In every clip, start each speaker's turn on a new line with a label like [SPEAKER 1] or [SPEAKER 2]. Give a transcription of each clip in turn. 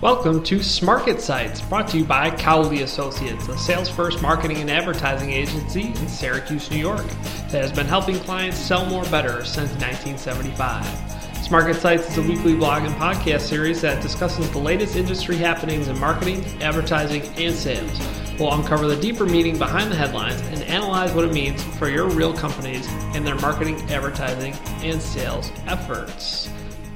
[SPEAKER 1] Welcome to Smarket Sites, brought to you by Cowley Associates, a sales first marketing and advertising agency in Syracuse, New York, that has been helping clients sell more better since 1975. Smarket Sites is a weekly blog and podcast series that discusses the latest industry happenings in marketing, advertising, and sales. We'll uncover the deeper meaning behind the headlines and analyze what it means for your real companies and their marketing, advertising, and sales efforts.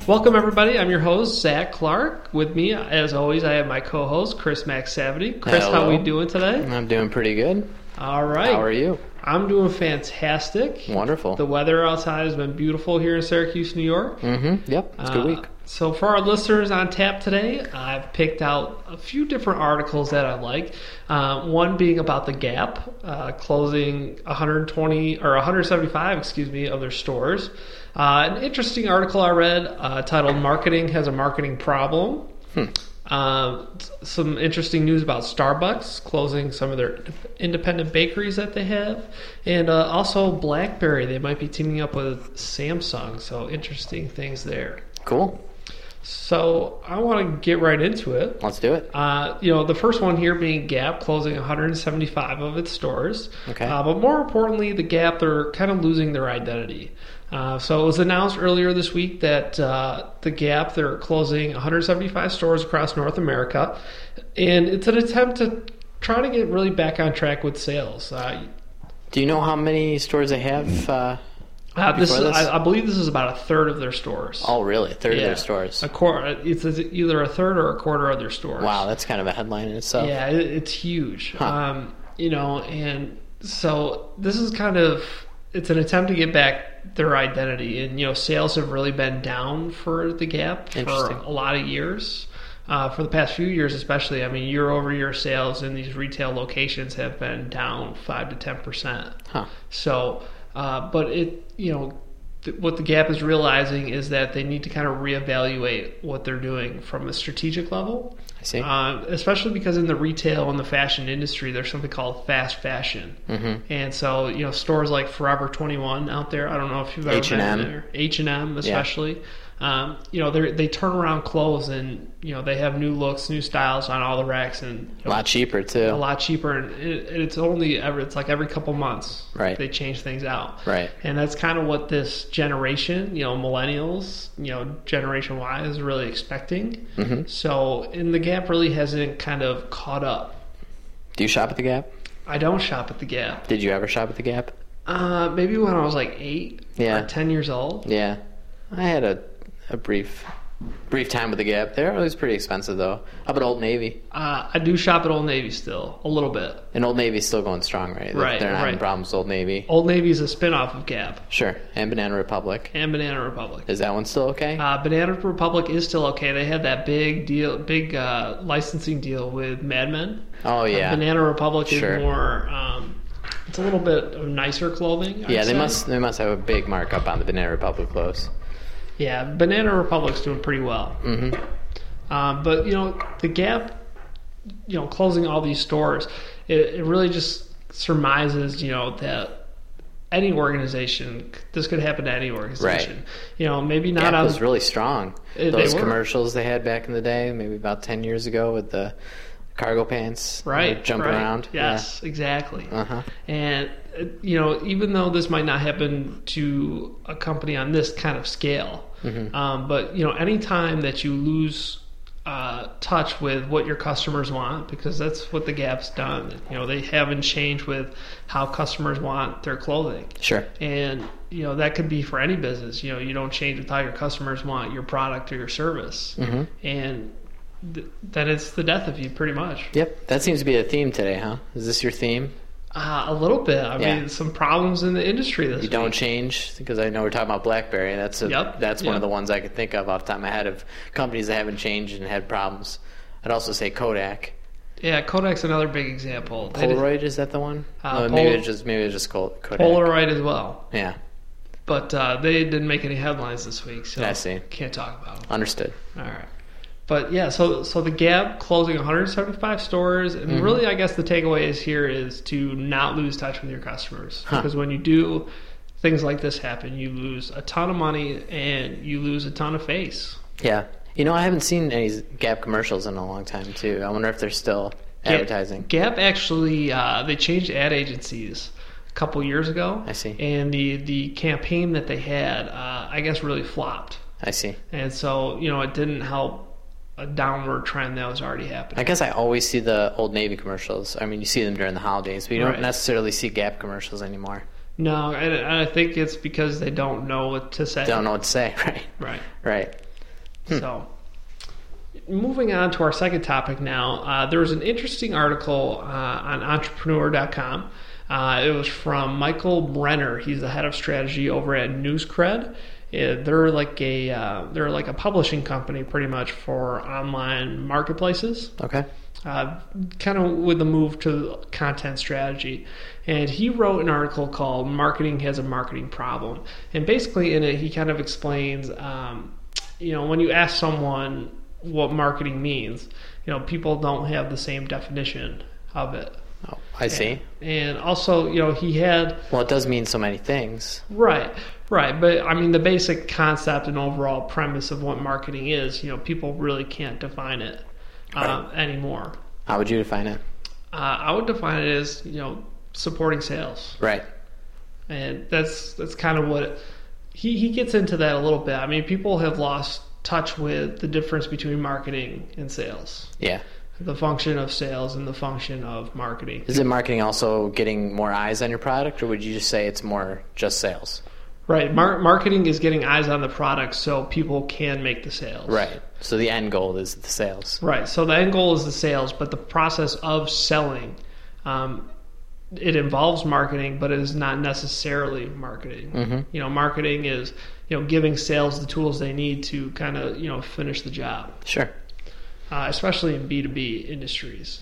[SPEAKER 1] Welcome, everybody. I'm your host, Zach Clark. With me, as always, I have my co-host, Chris Max Savity. Chris, how
[SPEAKER 2] Hello.
[SPEAKER 1] we doing today?
[SPEAKER 2] I'm doing pretty good.
[SPEAKER 1] All right.
[SPEAKER 2] How are you?
[SPEAKER 1] I'm doing fantastic.
[SPEAKER 2] Wonderful.
[SPEAKER 1] The weather outside has been beautiful here in Syracuse, New York.
[SPEAKER 2] mm-hmm. Yep. It's a good
[SPEAKER 1] Uh,
[SPEAKER 2] week.
[SPEAKER 1] So for our listeners on tap today, I've picked out a few different articles that I like. Uh, one being about the Gap uh, closing 120 or 175, excuse me, of their stores. Uh, an interesting article I read uh, titled "Marketing Has a Marketing Problem."
[SPEAKER 2] Hmm.
[SPEAKER 1] Um, s- some interesting news about Starbucks closing some of their independent bakeries that they have, and uh, also BlackBerry. They might be teaming up with Samsung. So interesting things there.
[SPEAKER 2] Cool.
[SPEAKER 1] So I want to get right into it.
[SPEAKER 2] Let's do it.
[SPEAKER 1] Uh, you know, the first one here being Gap closing 175 of its stores.
[SPEAKER 2] Okay.
[SPEAKER 1] Uh, but more importantly, the Gap, they're kind of losing their identity. Uh, so it was announced earlier this week that uh, the Gap, they're closing 175 stores across North America. And it's an attempt to try to get really back on track with sales. Uh,
[SPEAKER 2] Do you know how many stores they have? Uh,
[SPEAKER 1] uh, this,
[SPEAKER 2] Before this?
[SPEAKER 1] I, I believe this is about a third of their stores.
[SPEAKER 2] oh, really? A third of
[SPEAKER 1] Yeah.
[SPEAKER 2] their stores.
[SPEAKER 1] A quarter, it's either a third or a quarter of their stores.
[SPEAKER 2] Wow, that's kind of a headline in itself.
[SPEAKER 1] Yeah, it, it's huge. Um, you know, and so this is kind of it's an attempt to get back their identity, and you know, sales have really been down for the Gap for
[SPEAKER 2] Interesting.
[SPEAKER 1] a lot of years. Uh, for the past few years, especially, I mean, year over year sales in these retail locations have been down five to ten percent.
[SPEAKER 2] Huh.
[SPEAKER 1] So, uh, but it, you know, th- what the Gap is realizing is that they need to kind of reevaluate what they're doing from a strategic level,
[SPEAKER 2] I see.
[SPEAKER 1] uh, especially because in the retail and the fashion industry, there's something called fast fashion, mm-hmm. and so you know stores like Forever 21 out there. I don't know if you've ever
[SPEAKER 2] H&M.
[SPEAKER 1] been there, H and M especially. Um, you know they they turn around clothes and you know they have new looks, new styles on all the racks, and you
[SPEAKER 2] a
[SPEAKER 1] know,
[SPEAKER 2] lot cheaper
[SPEAKER 1] a
[SPEAKER 2] too.
[SPEAKER 1] lot cheaper, and it, and it's only every it's like every couple months.
[SPEAKER 2] Right.
[SPEAKER 1] They change things out.
[SPEAKER 2] Right.
[SPEAKER 1] And that's kind of what this generation, you know, millennials, you know, generation Y is really expecting. Mm-hmm. So, and the Gap really hasn't kind of caught up.
[SPEAKER 2] Do you shop at the Gap?
[SPEAKER 1] I don't shop at the Gap.
[SPEAKER 2] Did you ever shop at the Gap?
[SPEAKER 1] Uh, maybe when I was like eight
[SPEAKER 2] Yeah.
[SPEAKER 1] or ten years old.
[SPEAKER 2] Yeah. I had a, a brief brief time with the Gap. They're always pretty expensive though. How about Old Navy?
[SPEAKER 1] Uh, I do shop at Old Navy still a little bit.
[SPEAKER 2] And Old Navy's still going strong, right? They're-
[SPEAKER 1] Right,
[SPEAKER 2] They're not having
[SPEAKER 1] right. Oh.
[SPEAKER 2] problems with Old Navy.
[SPEAKER 1] Old Navy is a spinoff of Gap
[SPEAKER 2] Sure. And Banana Republic.
[SPEAKER 1] and Banana Republic.
[SPEAKER 2] Is that one still okay?
[SPEAKER 1] Uh, Banana Republic is still okay. They had that big deal, big uh, licensing deal with Mad Men.
[SPEAKER 2] oh yeah.
[SPEAKER 1] uh, Banana Republic
[SPEAKER 2] Sure.
[SPEAKER 1] is more. Um, it's a little bit of nicer clothing. I'd
[SPEAKER 2] Yeah, they
[SPEAKER 1] say.
[SPEAKER 2] must they must have a big markup on the Banana Republic clothes.
[SPEAKER 1] Yeah, Banana Republic's doing pretty well.
[SPEAKER 2] Mm-hmm.
[SPEAKER 1] Um, but you know, the Gap, you know, closing all these stores, it, it really just surmises, you know, that any organization, this could happen to any organization. You know, maybe not
[SPEAKER 2] Gap
[SPEAKER 1] on
[SPEAKER 2] was really strong.
[SPEAKER 1] It- they
[SPEAKER 2] Those
[SPEAKER 1] were.
[SPEAKER 2] commercials they had back in the day, maybe about ten years ago, with the cargo pants, you know,
[SPEAKER 1] right
[SPEAKER 2] jumping
[SPEAKER 1] right.
[SPEAKER 2] around.
[SPEAKER 1] Yes, exactly.
[SPEAKER 2] Uh huh.
[SPEAKER 1] And uh, you know, even though this might not happen to a company on this kind of scale, um, but you know, anytime that you lose uh, touch with what your customers want, because that's what the Gap's done. You know, they haven't changed with how customers want their clothing,
[SPEAKER 2] Sure.
[SPEAKER 1] and you know that could be for any business. You know, you don't change with how your customers want your product or your service, and th- then it's the death of you, pretty much.
[SPEAKER 2] Yep. That seems to be a theme today, huh? Is this your theme?
[SPEAKER 1] Uh, a little bit. I
[SPEAKER 2] Yeah.
[SPEAKER 1] mean, some problems in the industry this
[SPEAKER 2] You don't
[SPEAKER 1] week.
[SPEAKER 2] change because I know we're talking about BlackBerry. That's a,
[SPEAKER 1] Yep,
[SPEAKER 2] that's
[SPEAKER 1] yep.
[SPEAKER 2] one of the ones I could think of off the top of my head of companies that haven't changed and had problems. I'd also say Kodak.
[SPEAKER 1] Yeah, Kodak's another big example. They did
[SPEAKER 2] Polaroid is that the one?
[SPEAKER 1] Uh,
[SPEAKER 2] no, maybe
[SPEAKER 1] Pol-
[SPEAKER 2] it's just maybe it's just Kol- Kodak.
[SPEAKER 1] Polaroid as well,
[SPEAKER 2] Yeah.
[SPEAKER 1] but uh, they didn't make any headlines this week, so
[SPEAKER 2] I see.
[SPEAKER 1] can't talk about them.
[SPEAKER 2] Understood.
[SPEAKER 1] All right, but yeah, so so the Gap closing 175 stores,
[SPEAKER 2] Mm-hmm.
[SPEAKER 1] and really, I guess the takeaway is here is to not lose touch with your customers
[SPEAKER 2] Huh.
[SPEAKER 1] because when you do, things like this happen. You lose a ton of money and you lose a ton of face.
[SPEAKER 2] Yeah. You know, I haven't seen any Gap commercials in a long time too. I wonder if they're still
[SPEAKER 1] Gap-
[SPEAKER 2] advertising.
[SPEAKER 1] Gap actually uh, they changed ad agencies a couple years ago.
[SPEAKER 2] I see.
[SPEAKER 1] And the the campaign that they had, uh, I guess, really flopped,
[SPEAKER 2] I see.
[SPEAKER 1] and so you know it didn't help a downward trend that was already happening.
[SPEAKER 2] I guess I always see the Old Navy commercials. I mean, you see them during the holidays, but you don't
[SPEAKER 1] Right.
[SPEAKER 2] necessarily see Gap commercials anymore.
[SPEAKER 1] No, and, and I think it's because they don't know what to say.
[SPEAKER 2] Don't know what to say, right?
[SPEAKER 1] Right.
[SPEAKER 2] Right.
[SPEAKER 1] So, moving on to our second topic now, uh, there was an interesting article uh, on entrepreneur.com. Uh, it was from Michael Brenner. He's the head of strategy over at Newscred. Uh, they're like a uh, they're like a publishing company, pretty much for online marketplaces
[SPEAKER 2] Okay.
[SPEAKER 1] uh, kind of with the move to content strategy. And he wrote an article called Marketing Has a Marketing Problem. And basically, in it, he kind of explains um, you know, when you ask someone what marketing means, you know, people don't have the same definition of it.
[SPEAKER 2] Oh, I see.
[SPEAKER 1] And also, you know, he had
[SPEAKER 2] Well, it does mean so many things.
[SPEAKER 1] Right, right. But I mean, the basic concept and overall premise of what marketing is, you know, people really can't define it uh, anymore.
[SPEAKER 2] How would you define it?
[SPEAKER 1] Uh, I would define it as you know supporting sales,
[SPEAKER 2] Right.
[SPEAKER 1] and that's that's kind of what he he gets into that a little bit. I mean, people have lost touch with the difference between marketing and sales,
[SPEAKER 2] Yeah.
[SPEAKER 1] the function of sales and the function of marketing.
[SPEAKER 2] Is it marketing also getting more eyes on your product, or would you just say it's more just sales?
[SPEAKER 1] Right, mar- marketing is getting eyes on the product so people can make the sales.
[SPEAKER 2] Right. So the end goal is the sales.
[SPEAKER 1] Right. So the end goal is the sales, but the process of selling, um, it involves marketing, but it is not necessarily marketing.
[SPEAKER 2] Mm-hmm.
[SPEAKER 1] You know, marketing is you know giving sales the tools they need to kind of you know finish the job,
[SPEAKER 2] Sure.
[SPEAKER 1] uh, especially in B two B industries.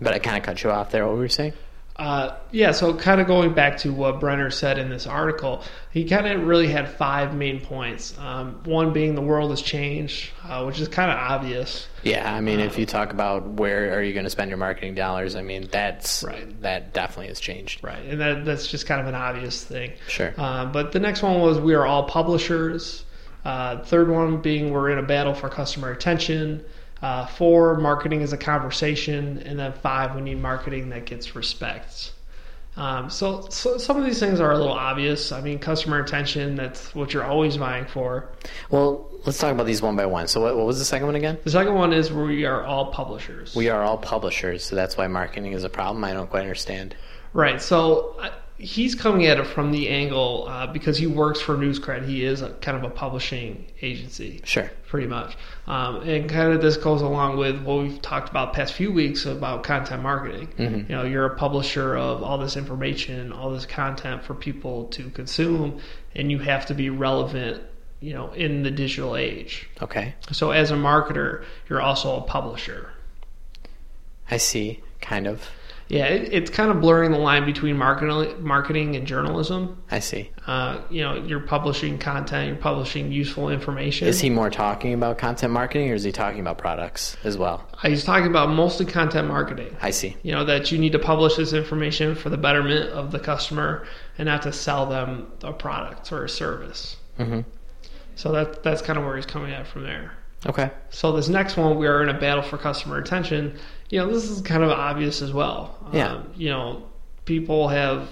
[SPEAKER 2] But I kind of cut you off there. What were you saying?
[SPEAKER 1] Uh, yeah, so kind of going back to what Brenner said in this article, he kind of really had five main points. Um, one being the world has changed, uh, which is kind of obvious.
[SPEAKER 2] Yeah, I mean, if
[SPEAKER 1] Um,
[SPEAKER 2] you talk about where are you going to spend your marketing dollars, I mean, that's
[SPEAKER 1] Right.
[SPEAKER 2] that definitely has changed.
[SPEAKER 1] Right, and that, that's just kind of an obvious thing.
[SPEAKER 2] Sure.
[SPEAKER 1] Uh, but the next one was we are all publishers. Uh, third one being we're in a battle for customer attention. Uh, four, marketing is a conversation. And then five, we need marketing that gets respect. Um, so, so some of these things are a little obvious. I mean, customer attention, that's what you're always vying for.
[SPEAKER 2] Well, let's talk about these one by one. So, what, what was the second one again?
[SPEAKER 1] The second one is we are all publishers.
[SPEAKER 2] We are all publishers, so that's why marketing is a problem. I don't quite understand.
[SPEAKER 1] Right. So uh, he's coming at it from the angle uh, because he works for Newscred. He is a, kind of a publishing agency,
[SPEAKER 2] Sure.
[SPEAKER 1] pretty much. Um, and kind of this goes along with what we've talked about past few weeks about content marketing.
[SPEAKER 2] Mm-hmm.
[SPEAKER 1] You know, you're a publisher of all this information, all this content for people to consume, and you have to be relevant. You know, in the digital age.
[SPEAKER 2] Okay.
[SPEAKER 1] So, as a marketer, you're also a publisher.
[SPEAKER 2] I see. Kind of.
[SPEAKER 1] Yeah, it, it's kind of blurring the line between marketing, marketing and journalism.
[SPEAKER 2] I see.
[SPEAKER 1] uh, you know you're publishing content you're publishing useful information
[SPEAKER 2] Is he more talking about content marketing, or is he talking about products as well?
[SPEAKER 1] Uh, he's talking about mostly content marketing
[SPEAKER 2] I see.
[SPEAKER 1] you know that you need to publish this information for the betterment of the customer and not to sell them a product or a service
[SPEAKER 2] Mhm.
[SPEAKER 1] so that, that's kind of where he's coming at from there
[SPEAKER 2] Okay.
[SPEAKER 1] so this next one we are in a battle for customer attention you know this is kind of obvious as well Um,
[SPEAKER 2] Yeah.
[SPEAKER 1] you know people have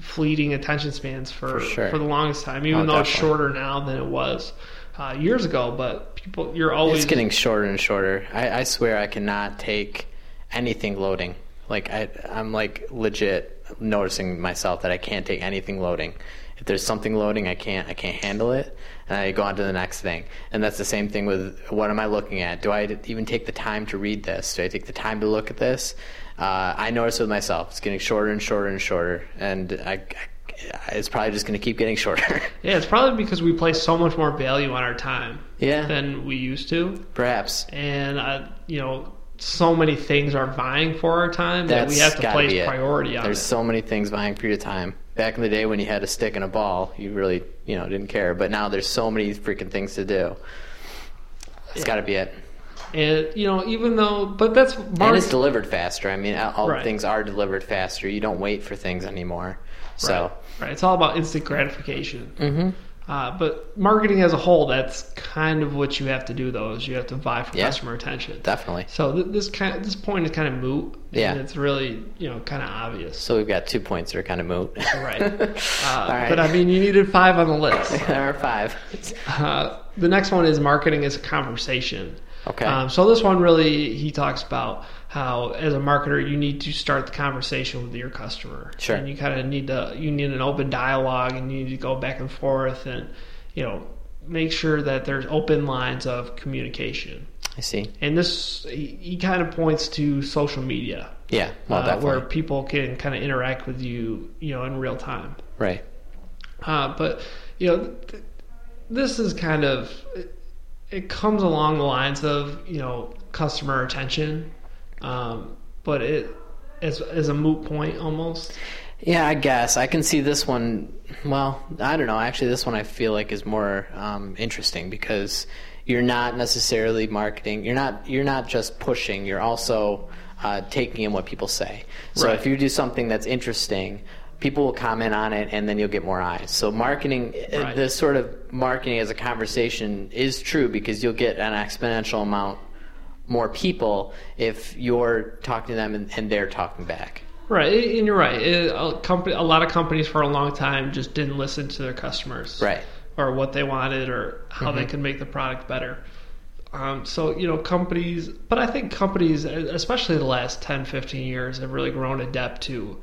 [SPEAKER 1] fleeting attention spans for for,
[SPEAKER 2] sure.
[SPEAKER 1] the longest time even
[SPEAKER 2] Oh,
[SPEAKER 1] though it's
[SPEAKER 2] definitely.
[SPEAKER 1] shorter now than it was uh, years ago but people you're always
[SPEAKER 2] It's getting shorter and shorter. I, I swear I cannot take anything loading. Like I, I'm like legit noticing myself that I can't take anything loading. If there's something loading, I can't. I can't handle it, and I go on to the next thing. And that's the same thing with what am I looking at? Do I even take the time to read this? Do I take the time to look at this? Uh, I notice with myself, it's getting shorter and shorter and shorter, and I, I it's probably just going to keep getting shorter.
[SPEAKER 1] yeah it's probably because we place so much more value on our time
[SPEAKER 2] yeah,
[SPEAKER 1] than we used to
[SPEAKER 2] perhaps.
[SPEAKER 1] and uh, you know so many things are vying for our time that we
[SPEAKER 2] That's
[SPEAKER 1] have to
[SPEAKER 2] gotta be
[SPEAKER 1] place
[SPEAKER 2] it.
[SPEAKER 1] priority on
[SPEAKER 2] There's
[SPEAKER 1] it.
[SPEAKER 2] so many things vying for your time. Back in the day when you had a stick and a ball, you really, you know, didn't care. But now there's so many freaking things to do. It's got to be it.
[SPEAKER 1] and you know even though but that's
[SPEAKER 2] And
[SPEAKER 1] marketing.
[SPEAKER 2] it's delivered faster. I mean, all all
[SPEAKER 1] Right.
[SPEAKER 2] things are delivered faster. You don't wait for things anymore. So, Mm.
[SPEAKER 1] Right. It's all about instant gratification. Mm-hmm. Uh, but marketing as a whole, that's kind of what you have to do. Though is you have to vie for
[SPEAKER 2] Yeah.
[SPEAKER 1] customer attention.
[SPEAKER 2] Definitely.
[SPEAKER 1] So th- this kind this point is kind of moot. and
[SPEAKER 2] Yeah.
[SPEAKER 1] it's really you know kind of obvious.
[SPEAKER 2] So we've got two points that are kind of moot.
[SPEAKER 1] Right. Uh,
[SPEAKER 2] All right.
[SPEAKER 1] But I mean, you needed five on the list.
[SPEAKER 2] there are five.
[SPEAKER 1] Uh, the next one is marketing as a conversation.
[SPEAKER 2] Okay.
[SPEAKER 1] Um, so this one really, he talks about how as a marketer you need to start the conversation with your customer.
[SPEAKER 2] Sure.
[SPEAKER 1] And you kind of need to you need an open dialogue and you need to go back and forth and you know make sure that there's open lines of communication.
[SPEAKER 2] I see.
[SPEAKER 1] And this he, he kind of points to social media
[SPEAKER 2] Yeah. Well,
[SPEAKER 1] uh,
[SPEAKER 2] Oh, definitely.
[SPEAKER 1] where people can kind of interact with you you know in real time.
[SPEAKER 2] Right.
[SPEAKER 1] Uh, but you know, th- th- this is kind of it, it comes along the lines of you know customer attention, um, but it as as a moot point almost.
[SPEAKER 2] Yeah, I guess I can see this one. Well, I don't know. Actually, this one I feel like is more um, interesting because you're not necessarily marketing. You're not. You're not just pushing. You're also uh, taking in what people say. So
[SPEAKER 1] Right.
[SPEAKER 2] if you do something that's interesting, people will comment on it, and then you'll get more eyes. So marketing, uh
[SPEAKER 1] Right.
[SPEAKER 2] this sort of marketing as a conversation, is true because you'll get an exponential amount more people if you're talking to them and, and they're talking back.
[SPEAKER 1] Right, a- and you're right. It, a, company, a lot of companies for a long time just didn't listen to their customers,
[SPEAKER 2] Right.
[SPEAKER 1] or what they wanted, or how
[SPEAKER 2] Mm-hmm.
[SPEAKER 1] they could make the product better. Um, so you know, companies, but I think companies, especially the last 10, 15 years, have really grown adept to,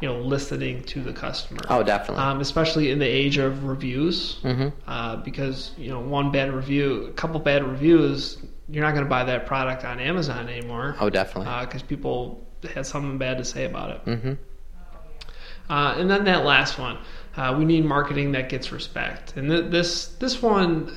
[SPEAKER 1] you know, listening to the customer.
[SPEAKER 2] Oh, definitely.
[SPEAKER 1] um, especially in the age of reviews,
[SPEAKER 2] Mhm.
[SPEAKER 1] uh, because you know, one bad review, a couple bad reviews, you're not going to buy that product on Amazon anymore
[SPEAKER 2] Oh, definitely.
[SPEAKER 1] because people had something bad to say about it.
[SPEAKER 2] mm-hmm.
[SPEAKER 1] Uh, and then that last one, uh, we need marketing that gets respect. And th- this this one,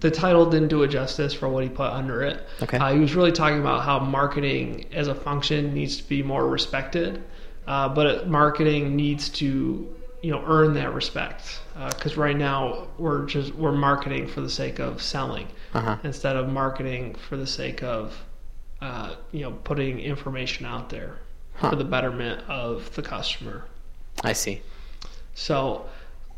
[SPEAKER 1] the title didn't do it justice for what he put under it.
[SPEAKER 2] Okay.
[SPEAKER 1] Uh, he was really talking about how marketing as a function needs to be more respected, uh, but it- marketing needs to you know earn that respect because right now we're just we're marketing for the sake of selling
[SPEAKER 2] Uh-huh.
[SPEAKER 1] instead of marketing for the sake of uh, you know putting information out there
[SPEAKER 2] Huh.
[SPEAKER 1] for the betterment of the customer.
[SPEAKER 2] I see.
[SPEAKER 1] So,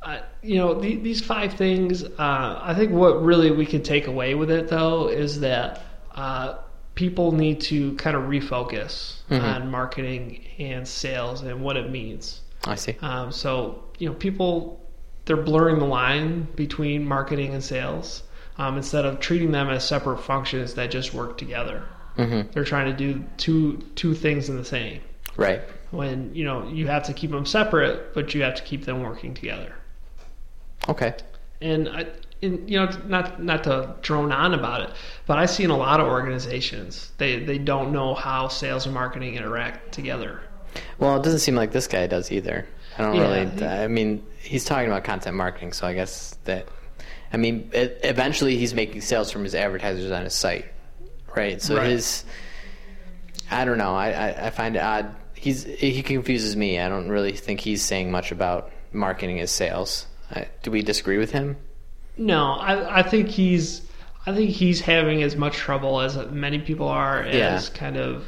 [SPEAKER 1] uh, you know, the, these five things, uh, I think what really we can take away with it, though, is that uh, people need to kind of refocus on marketing and sales and what it means.
[SPEAKER 2] I see.
[SPEAKER 1] Um, so, you know, people, they're blurring the line between marketing and sales um, instead of treating them as separate functions that just work together.
[SPEAKER 2] Mm-hmm.
[SPEAKER 1] They're trying to do two two things in the same
[SPEAKER 2] Right.
[SPEAKER 1] when you know you have to keep them separate, but you have to keep them working together.
[SPEAKER 2] Okay.
[SPEAKER 1] And I, and you know, not not to drone on about it, but I've seen a lot of organizations they they don't know how sales and marketing interact together.
[SPEAKER 2] Well, it doesn't seem like this guy does either. I don't
[SPEAKER 1] Yeah,
[SPEAKER 2] really.
[SPEAKER 1] he-
[SPEAKER 2] I mean, he's talking about content marketing, so I guess that. I mean, it, eventually he's making sales from his advertisers on his site, right? So
[SPEAKER 1] Right.
[SPEAKER 2] his. I don't know. I, I, I find it odd. He's he confuses me. I don't really think he's saying much about marketing as sales. I, do we disagree with him?
[SPEAKER 1] No, I I think he's I think he's having as much trouble as many people are
[SPEAKER 2] Yeah.
[SPEAKER 1] as kind of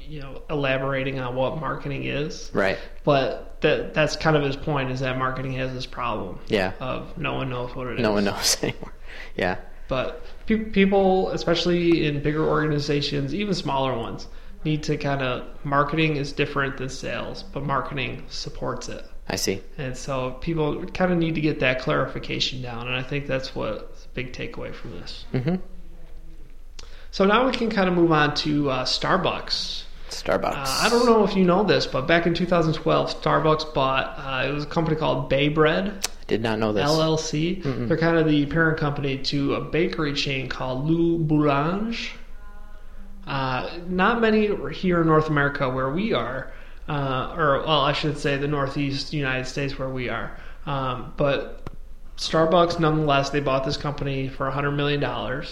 [SPEAKER 1] you know elaborating on what marketing is.
[SPEAKER 2] Right.
[SPEAKER 1] But that that's kind of his point is that marketing has this problem
[SPEAKER 2] Yeah.
[SPEAKER 1] of no one knows what it is.
[SPEAKER 2] no one knows anymore. Yeah.
[SPEAKER 1] But pe- people, especially in bigger organizations, even smaller ones, need to kind of marketing is different than sales, but marketing supports it.
[SPEAKER 2] I see.
[SPEAKER 1] And so people kind of need to get that clarification down, and I think that's what's a big takeaway from this.
[SPEAKER 2] Mm-hmm.
[SPEAKER 1] So now we can kind of move on to uh, Starbucks.
[SPEAKER 2] Starbucks.
[SPEAKER 1] Uh, I don't know if you know this, but back in 2012, Starbucks bought uh, it was a company called Bay Bread.
[SPEAKER 2] Did not know this.
[SPEAKER 1] LLC. They're kind of the parent company to a bakery chain called Lou Boulange. Uh, not many are here in North America where we are, uh, or well, I should say the Northeast United States where we are. Um, but Starbucks, nonetheless, they bought this company for $100 million. Uh,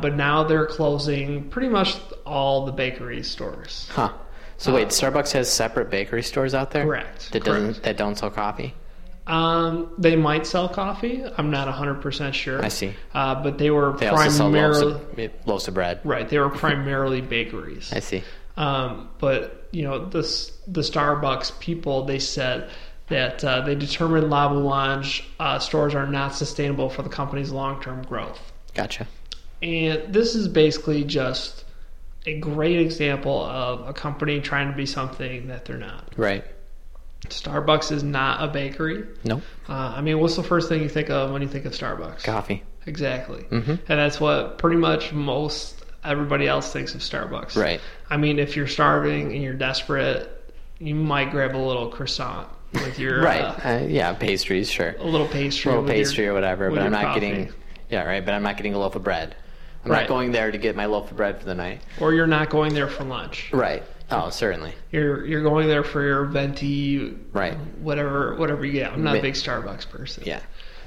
[SPEAKER 1] but now they're closing pretty much all the bakery stores.
[SPEAKER 2] Huh. So wait, Starbucks has separate bakery stores out there.
[SPEAKER 1] Uh, Correct.
[SPEAKER 2] That
[SPEAKER 1] correct.
[SPEAKER 2] doesn't that don't sell coffee.
[SPEAKER 1] Um, they might sell coffee. I'm not 100% sure.
[SPEAKER 2] I see.
[SPEAKER 1] Uh, but they were
[SPEAKER 2] They also sell loaves
[SPEAKER 1] primarily
[SPEAKER 2] of, eh, loaves of bread.
[SPEAKER 1] right. They were primarily bakeries.
[SPEAKER 2] I see.
[SPEAKER 1] Um, but you know the s- the Starbucks people, they said that uh, they determined La Boulange uh, stores are not sustainable for the company's long term growth.
[SPEAKER 2] Gotcha.
[SPEAKER 1] And this is basically just a great example of a company trying to be something that they're not.
[SPEAKER 2] Right.
[SPEAKER 1] Starbucks is not a bakery.
[SPEAKER 2] Nope.
[SPEAKER 1] Uh, I mean, what's the first thing you think of when you think of Starbucks?
[SPEAKER 2] Coffee.
[SPEAKER 1] Exactly.
[SPEAKER 2] Mm-hmm.
[SPEAKER 1] And that's what pretty much most everybody else thinks of Starbucks.
[SPEAKER 2] Right.
[SPEAKER 1] I mean, if you're starving and you're desperate, you might grab a little croissant with your
[SPEAKER 2] Right.
[SPEAKER 1] uh,
[SPEAKER 2] Uh, yeah, pastries, sure.
[SPEAKER 1] a little pastry,
[SPEAKER 2] little
[SPEAKER 1] with your-
[SPEAKER 2] pastry or whatever,
[SPEAKER 1] with
[SPEAKER 2] but I'm
[SPEAKER 1] your
[SPEAKER 2] not
[SPEAKER 1] coffee.
[SPEAKER 2] getting Yeah, right, but I'm not getting a loaf of bread. I'm
[SPEAKER 1] Right.
[SPEAKER 2] not going there to get my loaf of bread for the night.
[SPEAKER 1] or you're not going there for lunch.
[SPEAKER 2] Right. Oh, certainly.
[SPEAKER 1] You're you're going there for your venti,
[SPEAKER 2] Right.
[SPEAKER 1] whatever whatever you get. I'm not a
[SPEAKER 2] Right.
[SPEAKER 1] big Starbucks person.
[SPEAKER 2] Yeah.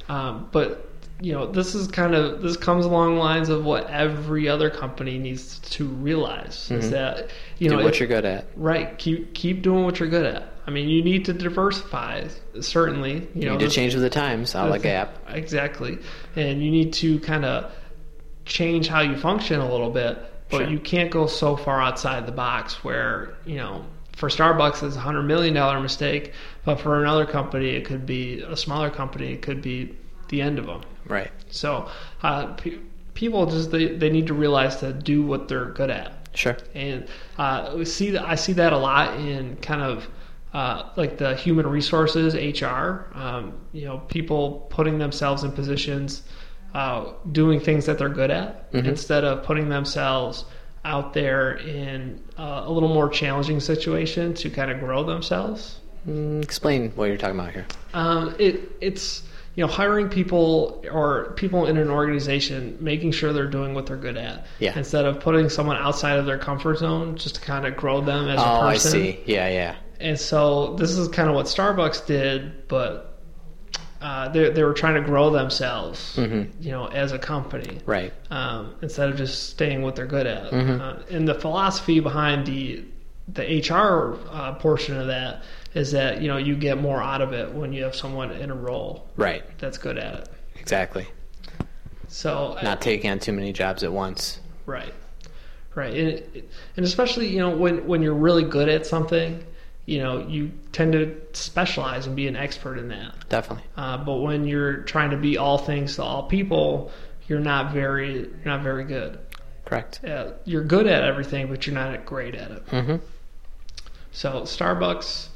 [SPEAKER 1] Um, but you know, this is kind of this comes along lines of what every other company needs to realize is that you
[SPEAKER 2] Mm-hmm. Do
[SPEAKER 1] know
[SPEAKER 2] what
[SPEAKER 1] if-
[SPEAKER 2] you're good at.
[SPEAKER 1] right keep keep doing what you're good at. I mean, you need to diversify certainly. You
[SPEAKER 2] You
[SPEAKER 1] know,
[SPEAKER 2] need to
[SPEAKER 1] this-
[SPEAKER 2] change with the times, a la
[SPEAKER 1] that's it.
[SPEAKER 2] Gap.
[SPEAKER 1] Exactly. And you need to kind of change how you function a little bit, but
[SPEAKER 2] Sure.
[SPEAKER 1] you can't go so far outside the box where, you know, for Starbucks it's a $100 million mistake, but for another company, it could be a smaller company, it could be the end of them.
[SPEAKER 2] Right.
[SPEAKER 1] So uh, pe- people just, they, they need to realize to do what they're good at
[SPEAKER 2] Sure.
[SPEAKER 1] and uh, we see I see that a lot in kind of uh, like the human resources HR. Um, you know, people putting themselves in positions, uh, doing things that they're good at instead of putting themselves out there in uh, a little more challenging situation to kind of grow themselves.
[SPEAKER 2] Mm, explain what you're talking about here.
[SPEAKER 1] Um, it it's you know hiring people or people in an organization, making sure they're doing what they're good at,
[SPEAKER 2] Yeah.
[SPEAKER 1] instead of putting someone outside of their comfort zone just to kind of grow them as
[SPEAKER 2] Oh,
[SPEAKER 1] a
[SPEAKER 2] I
[SPEAKER 1] person.
[SPEAKER 2] see. Yeah, yeah.
[SPEAKER 1] And so this is kind of what Starbucks did, but uh, they they were trying to grow themselves,
[SPEAKER 2] Mm-hmm.
[SPEAKER 1] you know, as a company
[SPEAKER 2] Right.
[SPEAKER 1] um, instead of just staying what they're good at. Uh, and the philosophy behind the the HR uh, portion of that is that you know you get more out of it when you have someone in a role
[SPEAKER 2] Right.
[SPEAKER 1] that's good at it.
[SPEAKER 2] Exactly.
[SPEAKER 1] So uh,
[SPEAKER 2] Not taking on too many jobs at once.
[SPEAKER 1] Right. Right. And, and especially, you know, when, when you're really good at something, you know, you tend to specialize and be an expert in that.
[SPEAKER 2] Definitely.
[SPEAKER 1] Uh, but when you're trying to be all things to all people, you're not very you're not very good.
[SPEAKER 2] Correct. Mm-hmm.
[SPEAKER 1] Uh, you're good at everything, but you're not great at it. So Starbucks,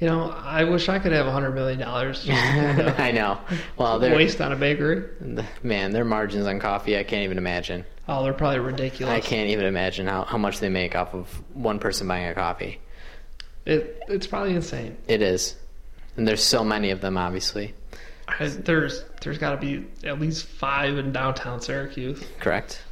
[SPEAKER 1] you know, I wish I could have a hundred million dollars
[SPEAKER 2] I know. Well, they're
[SPEAKER 1] waste on a bakery.
[SPEAKER 2] man, their margins on coffee, I can't even imagine.
[SPEAKER 1] Oh, they're probably
[SPEAKER 2] I
[SPEAKER 1] ridiculous.
[SPEAKER 2] can't even imagine how, how much they make off of one person buying a coffee.
[SPEAKER 1] It, it's probably insane.
[SPEAKER 2] It is. And there's so many of them, obviously.
[SPEAKER 1] I- There's there's got to be at least five in downtown Syracuse.
[SPEAKER 2] Correct?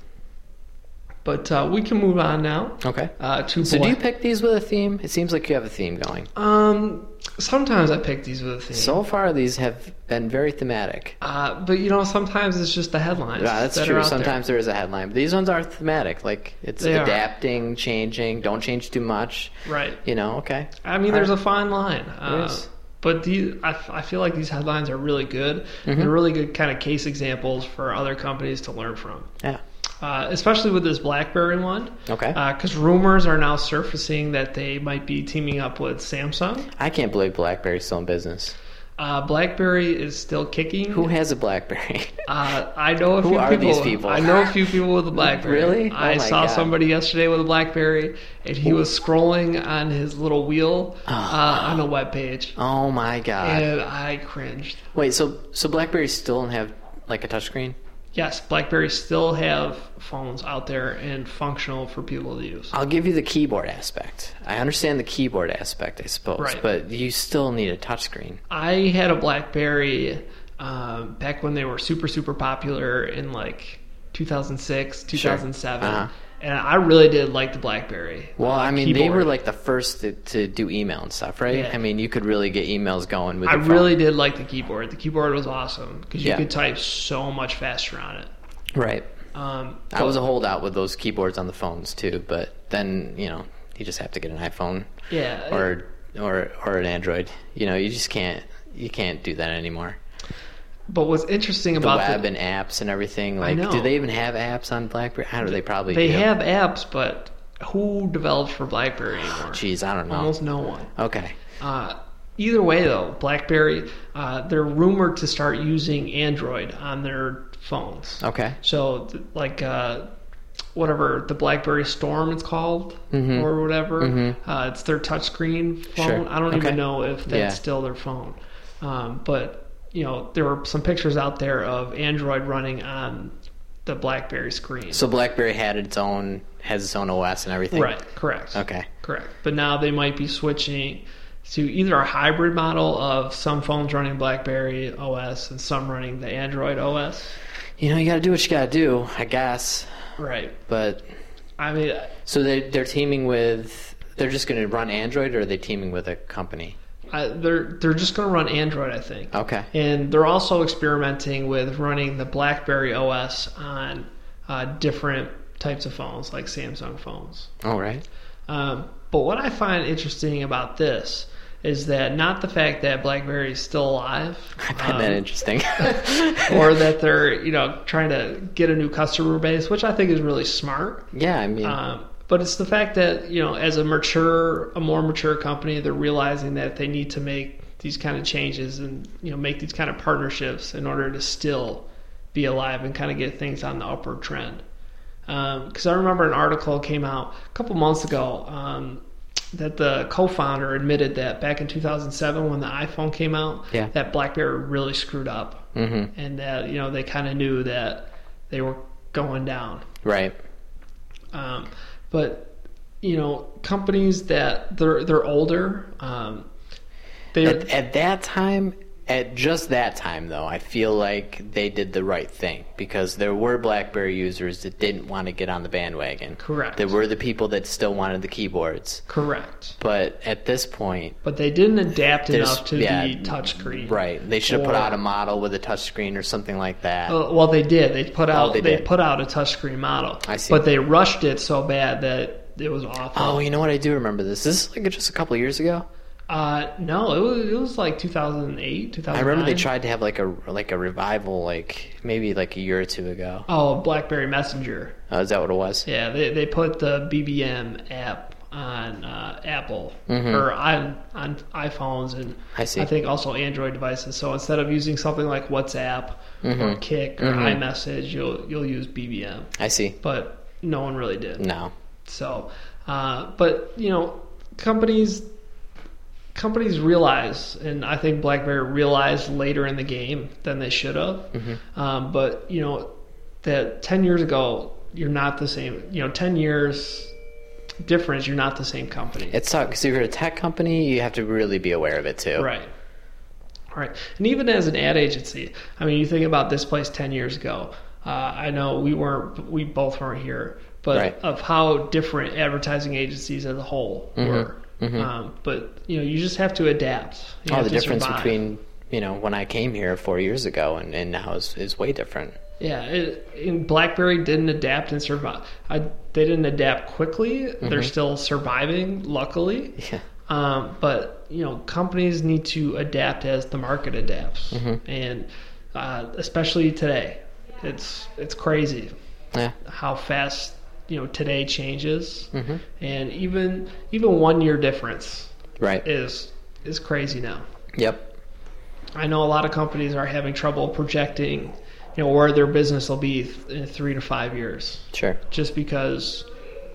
[SPEAKER 1] But uh, we can move on now
[SPEAKER 2] Okay.
[SPEAKER 1] uh, to
[SPEAKER 2] So do
[SPEAKER 1] Bla-
[SPEAKER 2] you pick these with a theme? It seems like you have a theme going.
[SPEAKER 1] um sometimes I pick these with a theme.
[SPEAKER 2] So far, these have been very thematic.
[SPEAKER 1] uh, but you know sometimes it's just the headlines.
[SPEAKER 2] Yeah, Ah, that's
[SPEAKER 1] that are
[SPEAKER 2] true.
[SPEAKER 1] out there.
[SPEAKER 2] Sometimes there is a headline, but these ones are thematic. Like it's
[SPEAKER 1] They are.
[SPEAKER 2] adapting, changing. Don't change too much.
[SPEAKER 1] right.
[SPEAKER 2] You know. Okay.
[SPEAKER 1] I mean,
[SPEAKER 2] All
[SPEAKER 1] there's a
[SPEAKER 2] right.
[SPEAKER 1] fine line.
[SPEAKER 2] There
[SPEAKER 1] Uh,
[SPEAKER 2] is.
[SPEAKER 1] but these, I, f- I feel like these headlines are really good. and
[SPEAKER 2] Mm-hmm.
[SPEAKER 1] They're really good kind of case examples for other companies to learn from,
[SPEAKER 2] Yeah.
[SPEAKER 1] uh, especially with this BlackBerry one.
[SPEAKER 2] Okay.
[SPEAKER 1] Because rumors are now surfacing that they might be teaming up with Samsung.
[SPEAKER 2] I can't believe BlackBerry's still in business.
[SPEAKER 1] Uh, BlackBerry is still kicking.
[SPEAKER 2] Who has a BlackBerry?
[SPEAKER 1] Uh, I know a
[SPEAKER 2] Who
[SPEAKER 1] few
[SPEAKER 2] are
[SPEAKER 1] people.
[SPEAKER 2] these people?
[SPEAKER 1] I know a few people with a BlackBerry.
[SPEAKER 2] Really? Oh
[SPEAKER 1] I
[SPEAKER 2] my
[SPEAKER 1] saw
[SPEAKER 2] God.
[SPEAKER 1] somebody yesterday with a BlackBerry, and he was scrolling on his little wheel uh,
[SPEAKER 2] Ah.
[SPEAKER 1] on a web page,
[SPEAKER 2] oh my god.
[SPEAKER 1] and I cringed.
[SPEAKER 2] Wait. So so BlackBerry still don't have like a touchscreen?
[SPEAKER 1] Yes, BlackBerry still have phones out there and functional for people to use.
[SPEAKER 2] I'll give you the keyboard aspect. I understand the keyboard aspect, I suppose,
[SPEAKER 1] Right.
[SPEAKER 2] but you still need a touchscreen.
[SPEAKER 1] I had a BlackBerry um, back when they were super super popular in like 2006, 2007,
[SPEAKER 2] Uh-huh.
[SPEAKER 1] and I really did like the BlackBerry.
[SPEAKER 2] Well, I mean, they were
[SPEAKER 1] Uh, keyboard.
[SPEAKER 2] like the first to, to do email and stuff, right?
[SPEAKER 1] Yeah.
[SPEAKER 2] I mean, you could really get emails going with.
[SPEAKER 1] I
[SPEAKER 2] your phone.
[SPEAKER 1] really did like the keyboard. The keyboard was awesome because you
[SPEAKER 2] Yeah.
[SPEAKER 1] could type so much faster on it.
[SPEAKER 2] right.
[SPEAKER 1] Um,
[SPEAKER 2] I was a holdout with those keyboards on the phones too, but then you know you just have to get an iPhone
[SPEAKER 1] Oh, yeah,
[SPEAKER 2] or or or an Android. You know, you just can't you can't do that anymore.
[SPEAKER 1] but what's interesting
[SPEAKER 2] The
[SPEAKER 1] about
[SPEAKER 2] web
[SPEAKER 1] the,
[SPEAKER 2] and apps and everything. Like,
[SPEAKER 1] know.
[SPEAKER 2] do they even have apps on BlackBerry? I don't know. They probably
[SPEAKER 1] they
[SPEAKER 2] do.
[SPEAKER 1] have apps, but who develops for BlackBerry anymore?
[SPEAKER 2] Jeez, I don't know.
[SPEAKER 1] Almost no one.
[SPEAKER 2] Okay,
[SPEAKER 1] Uh, Either way, though, BlackBerry, uh, they're rumored to start using Android on their phones.
[SPEAKER 2] Okay.
[SPEAKER 1] So, th- like, uh, whatever the BlackBerry Storm it's called, or whatever, uh, it's their touchscreen phone.
[SPEAKER 2] Mm-hmm. Sure.
[SPEAKER 1] I don't
[SPEAKER 2] Okay.
[SPEAKER 1] even know if that's
[SPEAKER 2] Yeah.
[SPEAKER 1] still their phone. Um, but, you know, there were some pictures out there of Android running on the BlackBerry screen.
[SPEAKER 2] So BlackBerry had its own has its own OS and everything.
[SPEAKER 1] right, correct.
[SPEAKER 2] Okay.
[SPEAKER 1] Correct. But now they might be switching to either a hybrid model of some phones running BlackBerry OS and some running the Android OS.
[SPEAKER 2] You know, you got to do what you got to do, I guess.
[SPEAKER 1] Right.
[SPEAKER 2] But
[SPEAKER 1] I mean,
[SPEAKER 2] so they they're teaming with they're just going to run Android or are they teaming with a company?
[SPEAKER 1] I, they're they're just going to run Android, I think.
[SPEAKER 2] Okay.
[SPEAKER 1] And they're also experimenting with running the BlackBerry OS on uh, different types of phones, like Samsung phones.
[SPEAKER 2] All right.
[SPEAKER 1] Um, but what I find interesting about this is that not the fact that BlackBerry is still alive. um,
[SPEAKER 2] I find that interesting.
[SPEAKER 1] or that they're you know trying to get a new customer base, which I think is really smart.
[SPEAKER 2] yeah, I mean,
[SPEAKER 1] Um, but it's the fact that you know, as a mature, a more mature company, they're realizing that they need to make these kind of changes and you know make these kind of partnerships in order to still be alive and kind of get things on the upward trend. Because I remember an article came out a couple months ago um, that the co-founder admitted that back in 2007 when the iPhone came out,
[SPEAKER 2] Yeah. Mm-hmm.
[SPEAKER 1] that BlackBerry really screwed up, and that you know they kind of knew that they were going down.
[SPEAKER 2] right.
[SPEAKER 1] Um, but you know, companies that they're they're older. Um, they
[SPEAKER 2] At, at that time, at just that time though, I feel like they did the right thing because there were BlackBerry users that didn't want to get on the bandwagon.
[SPEAKER 1] Correct.
[SPEAKER 2] There were the people that still wanted the keyboards.
[SPEAKER 1] correct,
[SPEAKER 2] But at this point,
[SPEAKER 1] but they didn't adapt
[SPEAKER 2] There's-
[SPEAKER 1] enough to
[SPEAKER 2] yeah,
[SPEAKER 1] the touchscreen.
[SPEAKER 2] Right. They should have put
[SPEAKER 1] Or-
[SPEAKER 2] out a model with a touchscreen or something like that.
[SPEAKER 1] Uh, well, they did. They put out
[SPEAKER 2] Oh, they
[SPEAKER 1] they,
[SPEAKER 2] did.
[SPEAKER 1] put out a touchscreen model.
[SPEAKER 2] I see.
[SPEAKER 1] But they rushed it so bad that it was awful.
[SPEAKER 2] Oh, you know what? I do remember this. This is like just a couple years ago.
[SPEAKER 1] Uh, no, it was it was like 2008, 2009.
[SPEAKER 2] I remember they tried to have like a like a revival, like maybe like a year or two ago.
[SPEAKER 1] Oh, BlackBerry Messenger.
[SPEAKER 2] Uh, is that what it was?
[SPEAKER 1] Yeah, they, they put the BBM app on uh, Apple or on on iPhones and
[SPEAKER 2] I see.
[SPEAKER 1] think also Android devices. So instead of using something like WhatsApp or Kick or iMessage, you'll you'll use BBM.
[SPEAKER 2] I see.
[SPEAKER 1] But no one really did.
[SPEAKER 2] No.
[SPEAKER 1] So, uh, but you know, companies companies realize, and I think BlackBerry realized later in the game than they should have. Um, but you know, that ten years ago, you're not the same. You know, ten years difference, you're not the same company.
[SPEAKER 2] It sucks. 'cause If you're a tech company, you have to really be aware of it too.
[SPEAKER 1] Right. Right. And even as an ad agency, I mean, you think about this place 10 years ago. Uh, I know we weren't, we both weren't here, but
[SPEAKER 2] Right.
[SPEAKER 1] of how different advertising agencies as a whole
[SPEAKER 2] Mm-hmm.
[SPEAKER 1] were. Um, but, you know, you just have to adapt. You
[SPEAKER 2] Oh,
[SPEAKER 1] have
[SPEAKER 2] the
[SPEAKER 1] to
[SPEAKER 2] difference
[SPEAKER 1] survive.
[SPEAKER 2] between you know when I came here four years ago and, and now is, is way different.
[SPEAKER 1] Yeah, it, and BlackBerry didn't adapt and survive. I, they didn't adapt quickly.
[SPEAKER 2] Mm-hmm.
[SPEAKER 1] They're still surviving, luckily.
[SPEAKER 2] Yeah.
[SPEAKER 1] Um, but you know, companies need to adapt as the market adapts, and uh, especially today, it's it's crazy
[SPEAKER 2] Yeah.
[SPEAKER 1] how fast you know today changes, and even even one year difference
[SPEAKER 2] Right.
[SPEAKER 1] is is crazy now.
[SPEAKER 2] yep.
[SPEAKER 1] I know a lot of companies are having trouble projecting, you know, where their business will be th- in three to five years,
[SPEAKER 2] Sure.
[SPEAKER 1] just because,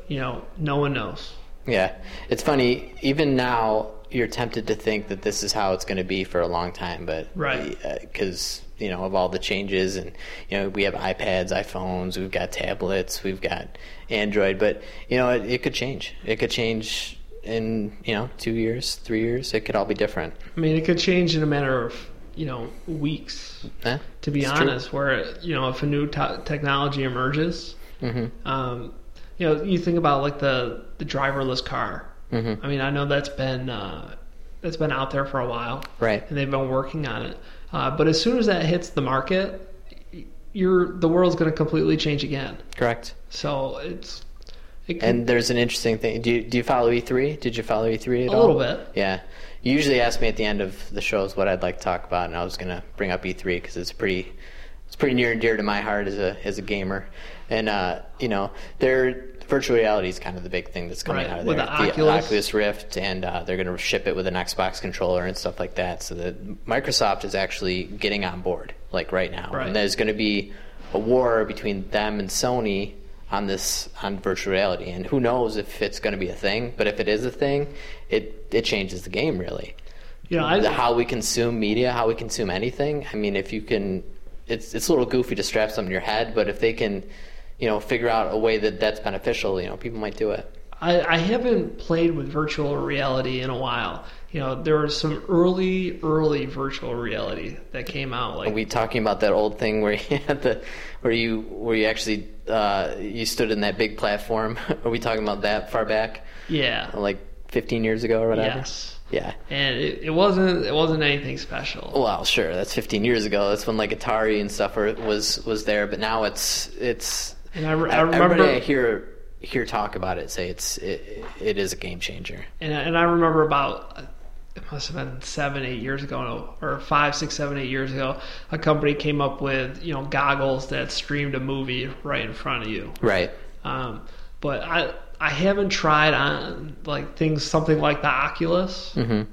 [SPEAKER 1] you know, no one knows.
[SPEAKER 2] Yeah. It's funny, even now, you're tempted to think that this is how it's going to be for a long time, but.
[SPEAKER 1] Right.
[SPEAKER 2] Because, you know, of all the changes, and, you know, we have iPads, iPhones, we've got tablets, we've got Android, but, you know, it, it could change. It could change in, you know, two years, three years. It could all be different.
[SPEAKER 1] I mean, it could change in a matter of, you know, weeks.
[SPEAKER 2] Huh?
[SPEAKER 1] to be
[SPEAKER 2] It's true.
[SPEAKER 1] honest, where you know if a new t- technology emerges,
[SPEAKER 2] Mm-hmm.
[SPEAKER 1] um, you know you think about like the the driverless car.
[SPEAKER 2] Mm-hmm.
[SPEAKER 1] I mean, I know that's been uh, that's been out there for a while,
[SPEAKER 2] Right.
[SPEAKER 1] And they've been working on it, uh, but as soon as that hits the market, y- you're the world's going to completely change again.
[SPEAKER 2] Correct.
[SPEAKER 1] So it's it can,
[SPEAKER 2] And there's an interesting thing. Do you, do you follow E3? Did you follow E3 at
[SPEAKER 1] a
[SPEAKER 2] all?
[SPEAKER 1] little bit.
[SPEAKER 2] Yeah. You usually ask me at the end of the shows what I'd like to talk about, and I was going to bring up E3 because E it's pretty, it's it's pretty near and dear to my heart as a as a gamer. And uh, you know, their virtual reality is kind of the big thing that's coming
[SPEAKER 1] Right,
[SPEAKER 2] out of
[SPEAKER 1] with
[SPEAKER 2] there.
[SPEAKER 1] the Oculus.
[SPEAKER 2] Rift, and uh, they're going to ship it with an Xbox controller and stuff like that. So that Microsoft is actually getting on board, like right now.
[SPEAKER 1] Right.
[SPEAKER 2] And there's going to be a war between them and Sony on this on virtual reality. And who knows if it's going to be a thing? But if it is a thing, it it changes the game really
[SPEAKER 1] You know, I,
[SPEAKER 2] the- how we consume media, how we consume anything. I mean, if you can, it's it's a little goofy to strap something to your head, but if they can, you know, figure out a way that that's beneficial, you know, people might do it.
[SPEAKER 1] I, I haven't played with virtual reality in a while. You know, there was some early, early virtual reality that came out. Like,
[SPEAKER 2] Are Oh, we talking about that old thing where you had the, where you where you actually uh, you stood in that big platform? Are we talking about that far back,
[SPEAKER 1] yeah,
[SPEAKER 2] like 15 years ago or whatever?
[SPEAKER 1] yes,
[SPEAKER 2] Yeah.
[SPEAKER 1] and it, it wasn't it wasn't anything special.
[SPEAKER 2] Well, sure, that's 15 years ago. That's when like Atari and stuff were, was was there, but now it's it's
[SPEAKER 1] And I, re- I
[SPEAKER 2] Everybody
[SPEAKER 1] remember,
[SPEAKER 2] I hear hear talk about it say it's it, it is a game changer.
[SPEAKER 1] and I, and I remember about uh, it must have been seven, eight years ago, or five, six, seven, eight years ago, a company came up with you know goggles that streamed a movie right in front of you.
[SPEAKER 2] Right.
[SPEAKER 1] Um, but I I haven't tried on like things something like the Oculus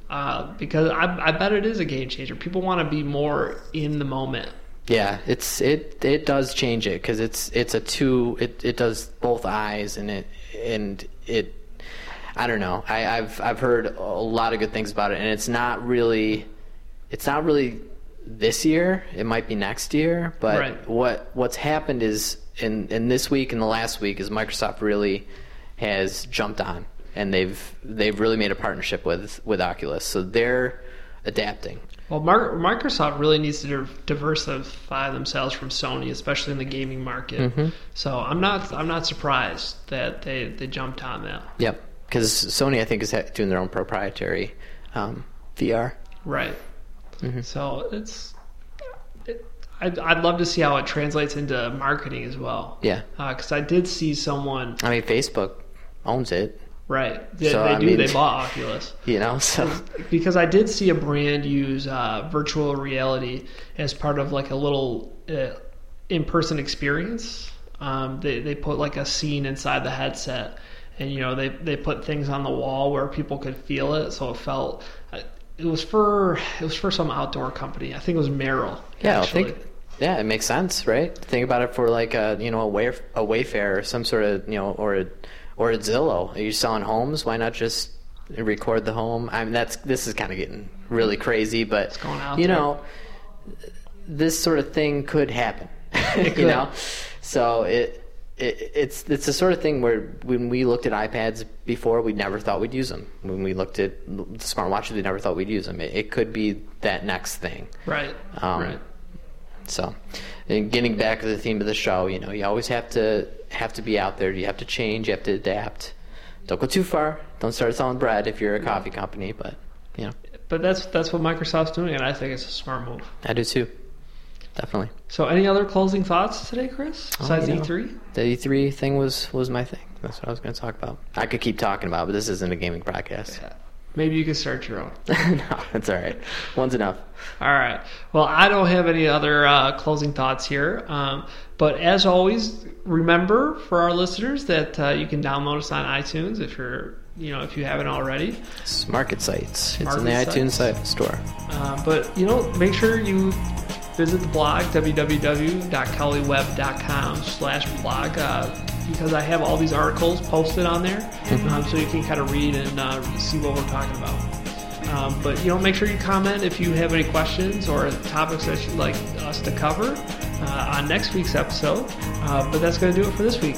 [SPEAKER 1] uh, because I I bet it is a game changer. People want to be more in the moment.
[SPEAKER 2] Yeah, it's it it does change it because it's it's a two. It it does both eyes and it and it. I don't know. I, I've I've heard a lot of good things about it, and it's not really, it's not really this year. It might be next year, but
[SPEAKER 1] Right.
[SPEAKER 2] what what's happened is in in this week and the last week is Microsoft really has jumped on and they've they've really made a partnership with with Oculus. So they're adapting.
[SPEAKER 1] Well, Mar- Microsoft really needs to div- diversify themselves from Sony, especially in the gaming market.
[SPEAKER 2] Mm-hmm.
[SPEAKER 1] So I'm not I'm not surprised that they, they jumped on that.
[SPEAKER 2] Yep, because Sony I think is ha- doing their own proprietary um, VR.
[SPEAKER 1] Right.
[SPEAKER 2] Mm-hmm.
[SPEAKER 1] So it's it, I'd, I'd love to see how it translates into marketing as well.
[SPEAKER 2] Yeah,
[SPEAKER 1] Because I did see someone
[SPEAKER 2] I mean Facebook owns it,
[SPEAKER 1] Right. They,
[SPEAKER 2] So,
[SPEAKER 1] they
[SPEAKER 2] I
[SPEAKER 1] do.
[SPEAKER 2] mean-
[SPEAKER 1] they bought Oculus
[SPEAKER 2] you know. So
[SPEAKER 1] because I did see a brand use uh, virtual reality as part of like a little uh, in-person experience. Um, they they put like a scene inside the headset, and you know they they put things on the wall where people could feel it, so it felt. uh, It was for it was for some outdoor company. I think it was Merrill.
[SPEAKER 2] yeah, I
[SPEAKER 1] actually.
[SPEAKER 2] think yeah, it makes sense, right? Think about it for like a you know a way a Wayfair or some sort of you know or a, or a Zillow. Are you selling homes? Why not just record the home? I mean that's this is kind of getting really crazy, but
[SPEAKER 1] going out
[SPEAKER 2] you
[SPEAKER 1] there.
[SPEAKER 2] know this sort of thing could happen.
[SPEAKER 1] could.
[SPEAKER 2] you know, so it. It, it's it's the sort of thing where when we looked at iPads before, we never thought we'd use them. When we looked at smartwatches, we never thought we'd use them. It, it could be that next thing.
[SPEAKER 1] Right.
[SPEAKER 2] Um,
[SPEAKER 1] right.
[SPEAKER 2] So, and getting back to the theme of the show, you know, you always have to have to be out there. You have to change. You have to adapt. Don't go too far. Don't start selling bread if you're a coffee company. But you know,
[SPEAKER 1] But that's that's what Microsoft's doing, and I think it's a smart move.
[SPEAKER 2] I do too. Definitely,
[SPEAKER 1] So, any other closing thoughts today, Chris? Besides E
[SPEAKER 2] you know.
[SPEAKER 1] E3.
[SPEAKER 2] the E3 thing was was my thing. That's what I was going to talk about. I could keep talking about, it, but this isn't a gaming podcast.
[SPEAKER 1] Maybe you can start your own.
[SPEAKER 2] no, it's all right. One's enough.
[SPEAKER 1] All right. Well, I don't have any other uh, closing thoughts here. Um, but as always, remember for our listeners that uh, you can download us on iTunes if you're, you know, if you haven't already.
[SPEAKER 2] It's market sites. It's in the
[SPEAKER 1] Market
[SPEAKER 2] iTunes
[SPEAKER 1] sites.
[SPEAKER 2] site store.
[SPEAKER 1] Uh, but you know, make sure you visit the blog www.kellyweb.com slash blog uh, because I have all these articles posted on there, um, so you can kind of read and uh, see what we're talking about. Um, but you know, make sure you comment if you have any questions or topics that you'd like us to cover uh, on next week's episode. Uh, but that's going to do it for this week.